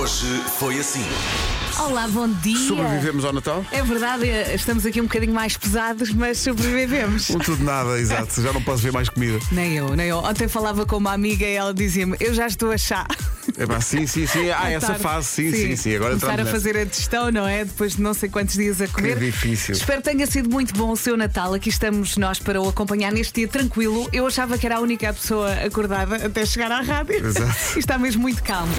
Hoje foi assim. Olá, bom dia. Sobrevivemos ao Natal? É verdade, eh, estamos aqui um bocadinho mais pesados, mas sobrevivemos. Um tudo nada, exato. Já não posso ver mais comida. Nem eu, nem eu. Ontem falava com uma amiga e ela dizia-me: Eu já estou a chá. É pá, sim, sim, sim. Ah, À essa tarde. fase, sim, sim, sim. Agora Começar a entramos nessa. fazer a digestão, não é? Depois de não sei quantos dias a comer. difícil. Espero que tenha sido muito bom o seu Natal. Aqui estamos nós para o acompanhar neste dia tranquilo. Eu achava que era a única pessoa acordada até chegar à rádio. Exato. E está mesmo muito calmo.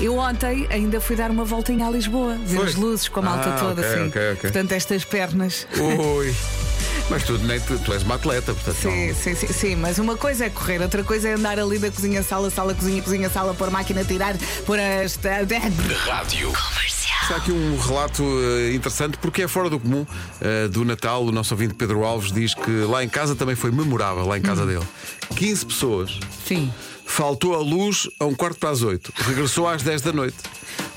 Eu ontem ainda fui dar uma voltinha a Lisboa, ver Foi? as luzes com a malta Ah, toda ok, assim. ok, ok. Portanto, estas pernas. Oi. Mas tu, nem, tu, tu és uma atleta, portanto. Sim, sim, sim, sim, mas uma coisa é correr, outra coisa é andar ali da cozinha, sala, sala, cozinha, cozinha, sala, pôr máquina, tirar, pôr as. Rádio. Está aqui um relato eh, interessante, porque é fora do comum eh, do Natal. O nosso ouvinte Pedro Alves diz que lá em casa também foi memorável, lá em casa dele. 15 pessoas. Sim. Faltou a luz a um quarto para as 8. Regressou às 10 da noite.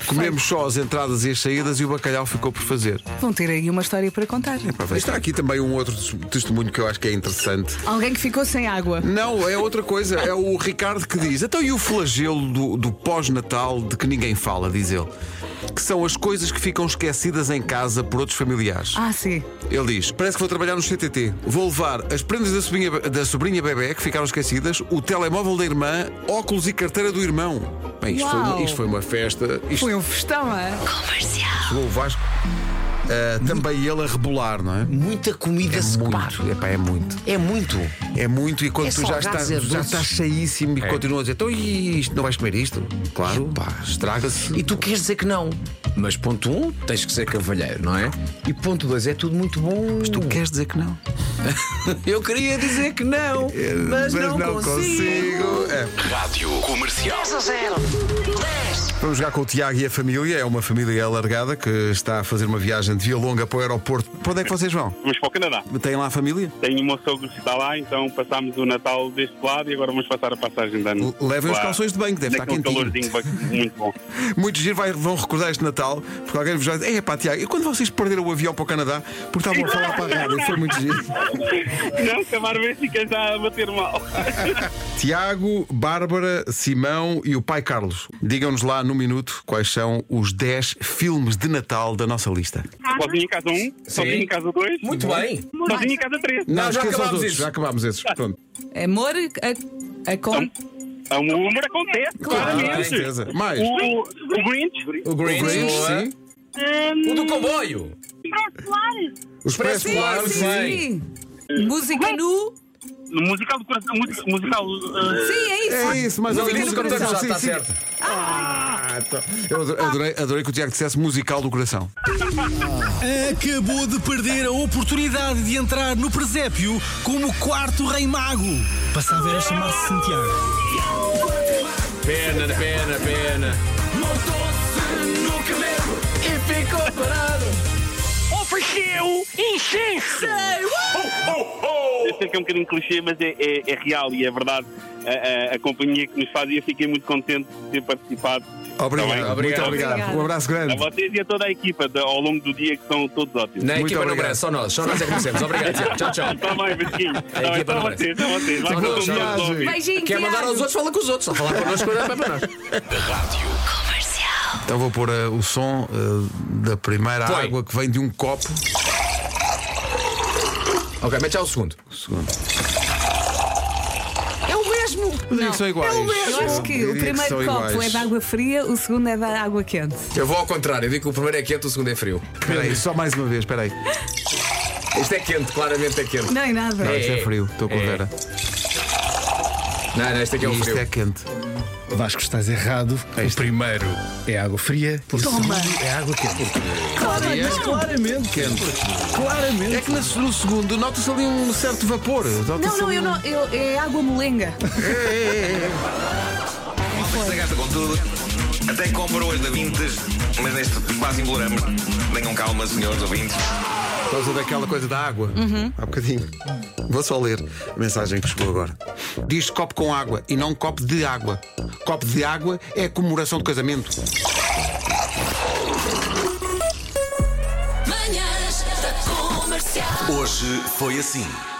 Comemos só as entradas e as saídas e o bacalhau ficou por fazer. Vão ter aí uma história para contar. Pá, vai, Está aqui também um outro testemunho que eu acho que é interessante. Alguém que ficou sem água. Não, é outra coisa. É o Ricardo que diz. Então, e o flagelo do, do pós-natal de que ninguém fala, diz ele? Que são as coisas que ficam esquecidas em casa por outros familiares. Ah, sim. Ele diz: Parece que vou trabalhar no CTT. Vou levar as prendas da sobrinha, da sobrinha bebê que ficaram esquecidas, o telemóvel da irmã, óculos e carteira do irmão. Bem, isto, foi uma, Uau. isto foi uma festa. Isto Foi um festão, é? chegou o Vasco. Ah, também ele a rebolar, não é? Muita comida se separa. Muito. Epá, é muito. É muito. É muito, e quando É tu já salgados, estás, já é doces. estás cheíssimo e É. continuas a dizer, então e isto, não vais comer isto? Claro, pá, estraga-se. E tu queres dizer que não. Mas ponto um, tens que ser cavalheiro, não é? E ponto dois, é tudo muito bom. Tu queres dizer que não? Eu queria dizer que não, mas, não, consigo. É. Rádio Comercial. Vamos jogar com o Tiago e a família, é uma família alargada que está a fazer uma viagem de via longa para o aeroporto. Para onde é que vocês vão? Vamos para o Canadá. Têm lá a família? Tenho o meu sogro que está lá, então passámos o Natal deste lado e agora vamos passar a passagem de ano. L- levem os lá. calções de banho, deve estar Daquele quentinho. calorzinho ba- muito bom. Muitos giro vai- vão recordar este Natal, porque alguém vos vai dizer, é pá, Tiago, e quando vocês perderam o avião para o Canadá, porque estavam a falar para a rádio, foi muito giro. Não, se a Bárbara fica já a bater mal. Tiago, Bárbara, Simão e o pai Carlos. Digam-nos lá no minuto quais são os 10 filmes de Natal da nossa lista. Sozinho em casa um, sozinho em casa dois, Muito bem. sozinho em casa três. Não, já esqueçam os acabámos outros, esses. Já acabámos esses. Pronto. Amor, a, a com. Então, O humor acontece, Com claramente. certeza. Mais. O, o hum, Grinch, O Grinch, boa. sim. O do comboio. Os é Expresso Polar, Polar, sim. bem. Música nu. no musical do coração, música- musical. uh, Sim, é isso. É isso, mais alguém. Música do Musical do coração. coração, Já sim, está sim. Ah, então. Eu adorei- adorei, adorei que o Tiago dissesse musical do coração. Acabou de perder a oportunidade de entrar no presépio como quarto rei mago. Passava a chamar-se Santiago. Pena, pena, pena. eu sei que é um bocadinho clichê, mas é, é- é real e é verdade. A, a- a companhia que nos faz e eu fiquei muito contente de ter participado. Tá bem? Tá Obrigado, muito obrigado. Obrigada. Um abraço A grande. vocês e a toda a equipa da- ao longo do dia que são todos ótimos. Na Muito equipa não obrigado. merece, só nós. Só nós é que merecemos. Obrigado, Tiago. Tchau, tchau. Está bem, Vasquinho. Está bem, equipa só não merece. vocês, só vocês. Lá Só com nós, os só melhores nós. ouvintes. Beijinho, Quer mandar Tiago. aos outros, fala com os outros. Só falar connosco, não é para nós. Então vou pôr eh, o som eh, da primeira Põe. água que vem de um copo. Ok, mete já o segundo. Segundo. É o mesmo. Eu diria que são iguais. Eu acho que Eu é o diria primeiro são copo é iguais. de água fria, o segundo é da água quente. Eu vou ao contrário. Eu digo que o primeiro é quente, o segundo é frio. Espera aí, só mais uma vez, espera aí. Isto é quente, claramente é quente. Não é nada. Não, isto é frio, estou com É. Vera. Não, não, isto aqui é o E isto frio. é quente. Vasco, estás errado. O primeiro é água fria. O segundo é água quente. Claramente quente. Claramente. É que nesse- no segundo nota-se ali um certo vapor. É, Não, não, eu não. eu- é água molenga. Malta gasta com tudo. Até compro hoje da Vintes, mas neste quase embolamos. Tenham calma, senhores ouvintes. Por causa daquela coisa da água. Uhum. Há bocadinho. Vou só ler a mensagem que chegou agora. Diz copo com água e não copo de água. Copo de água é comemoração de casamento. Manhãs da Comercial. Hoje foi assim.